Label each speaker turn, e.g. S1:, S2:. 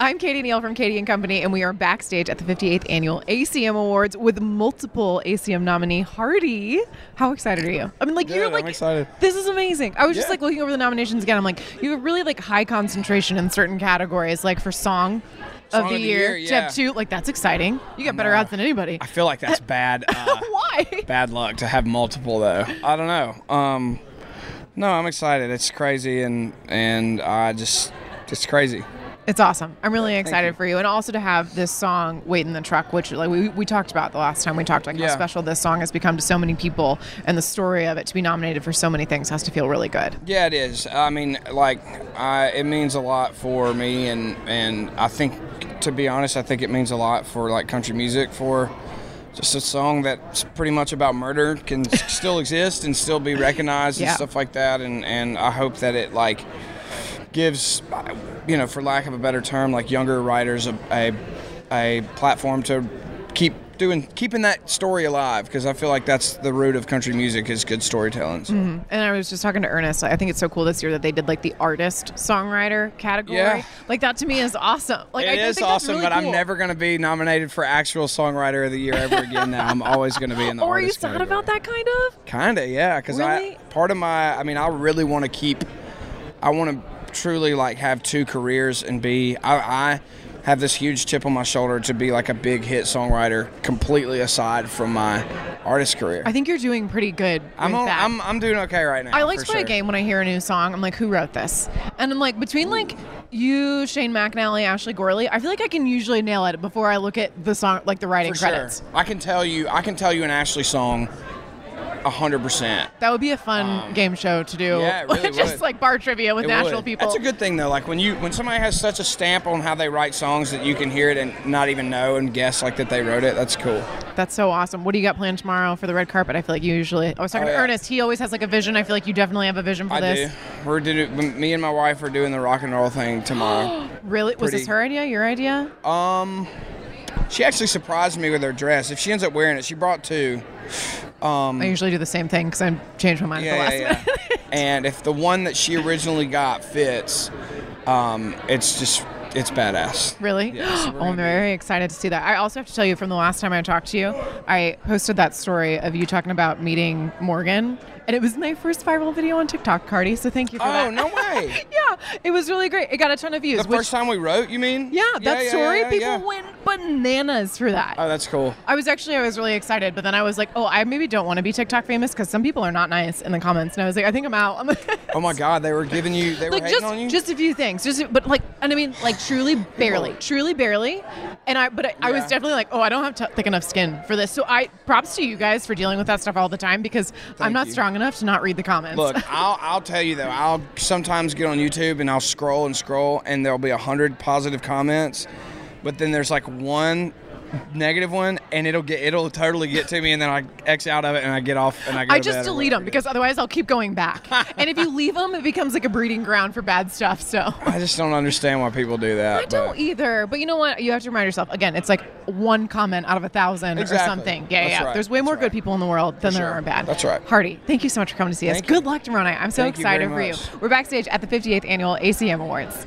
S1: I'm Katie Neal from Katie and Company, and we are backstage at the 58th annual ACM Awards with multiple ACM nominee Hardy. How excited are you? I mean, like
S2: Good,
S1: you're
S2: I'm
S1: like
S2: excited.
S1: This is amazing. I was just
S2: Yeah.
S1: like looking over the nominations again. I'm like, you have really like high concentration in certain categories, like for song.
S2: Song
S1: of the year, to
S2: yeah.
S1: have two, like that's exciting. You got better
S2: know.
S1: odds than anybody.
S2: Uh, I feel like that's bad. Uh,
S1: Why?
S2: bad luck to have multiple though. I don't know. Um, no, I'm excited. It's crazy, and and I just it's crazy.
S1: It's awesome. I'm really excited
S2: you.
S1: for you, and also to have this song "Wait in the Truck," which like we, we talked about the last time we talked, like
S2: Yeah.
S1: how special this song has become to so many people, and the story of it to be nominated for so many things has to feel really good.
S2: Yeah, it is. I mean, like, I, it means a lot for me, and and I think, to be honest, I think it means a lot for like country music for just a song that's pretty much about murder can still exist and still be recognized
S1: Yeah.
S2: and stuff like that. And and I hope that it like gives, you know, for lack of a better term, like younger writers a a, a platform to keep doing keeping that story alive because I feel like that's the root of country music is good storytelling. So.
S1: And I was just talking to Ernest. I think it's so cool this year that they did like the artist songwriter category.
S2: Yeah.
S1: Like that to me is awesome. Like
S2: It
S1: I think
S2: is
S1: that's
S2: awesome,
S1: really
S2: but I'm
S1: cool.
S2: never going to be nominated for actual songwriter of the year ever again. Now I'm always going to be in the.
S1: Or are you
S2: artist
S1: sad
S2: category.
S1: about that kind of?
S2: Kinda, yeah. Because
S1: Really?
S2: I part of my, I mean, I really want to keep. I want to truly like have two careers and be. I, I have this huge chip on my shoulder to be like a big hit songwriter, completely aside from my artist career.
S1: I think you're doing pretty good.
S2: I'm,
S1: with
S2: on,
S1: that.
S2: I'm I'm doing okay right now.
S1: I like
S2: for
S1: to play
S2: sure.
S1: a game when I hear a new song. I'm like, who wrote this? And I'm like, between like you, Shane McNally, Ashley Gorley, I feel like I can usually nail it before I look at the song, like the writing
S2: For
S1: credits.
S2: sure. I can tell you. I can tell you an Ashley song, hundred percent.
S1: That would be a fun game show to do.
S2: Um, yeah, it really
S1: Just
S2: would.
S1: like bar trivia with
S2: It
S1: national
S2: would.
S1: people.
S2: That's a good thing though. Like when you when somebody has such a stamp on how they write songs that you can hear it and not even know and guess like that they wrote it. That's cool.
S1: That's so awesome. What do you got planned tomorrow for the red carpet? I feel like you usually. I was talking
S2: Oh,
S1: to
S2: yeah.
S1: Ernest. He always has like a vision. I feel like you definitely have a vision for
S2: I
S1: this.
S2: do. We're doing me and my wife are doing the rock and roll thing tomorrow.
S1: Really? Was this
S2: Pretty-
S1: her idea? Your idea?
S2: um, she actually surprised me with her dress. If she ends up wearing it, she brought two.
S1: I usually do the same thing because I changed my mind at the
S2: Um, Yeah,
S1: last
S2: yeah,
S1: minute.
S2: yeah. and if the one that she originally got fits, um, it's just it's badass.
S1: Really?
S2: Yeah, so we're
S1: oh, I'm
S2: gonna do
S1: very excited to see that. I also have to tell you from the last time I talked to you, I posted that story of you talking about meeting Morgan, and it was my first viral video on TikTok, Cardi. So thank you for
S2: Oh
S1: that.
S2: no way!
S1: yeah, it was really great. It got a ton of views.
S2: the
S1: which-
S2: first time we wrote, you mean?
S1: yeah, that story,
S2: yeah,
S1: people
S2: yeah.
S1: went bananas for that.
S2: Oh, that's cool.
S1: I was actually I was really excited, but then I was like, oh, I maybe don't want to be TikTok famous because some people are not nice in the comments, and I was like, I think I'm out. I'm like,
S2: Oh my God, they were giving you, they were
S1: like
S2: hating
S1: just
S2: on you.
S1: just a few things, just but like, and I mean like truly barely, truly barely, and I but I, I was
S2: Yeah.
S1: definitely like, oh, I don't have t- thick enough skin for this. So I props to you guys for dealing with that stuff all the time because I'm
S2: Thank
S1: not
S2: you.
S1: strong enough to not read the comments.
S2: Look, I'll, I'll tell you though, I'll sometimes get on YouTube and I'll scroll and scroll, and there'll be a hundred positive comments, but then there's like one negative one, and it'll get it'll totally get to me, and then I X out of it, and I get off, and I go.
S1: I
S2: to bed
S1: just
S2: or
S1: delete
S2: whatever
S1: them
S2: it
S1: because otherwise I'll keep going back. and if you leave them, it becomes like a breeding ground for bad stuff. So.
S2: is. I just don't understand why people do that.
S1: I don't
S2: but-
S1: either. But you know what? You have to remind yourself again. It's like one comment out of a thousand or
S2: Exactly.
S1: something. Yeah,
S2: That's
S1: yeah.
S2: right.
S1: There's way
S2: That's
S1: more good
S2: right.
S1: people in the world than there
S2: sure.
S1: are bad.
S2: That's right.
S1: Hardy, thank you so much for coming to see us.
S2: Thank
S1: good
S2: you.
S1: luck tomorrow night. I'm so
S2: Thank you very
S1: excited for you.
S2: much.
S1: We're backstage at the 58th annual ACM Awards.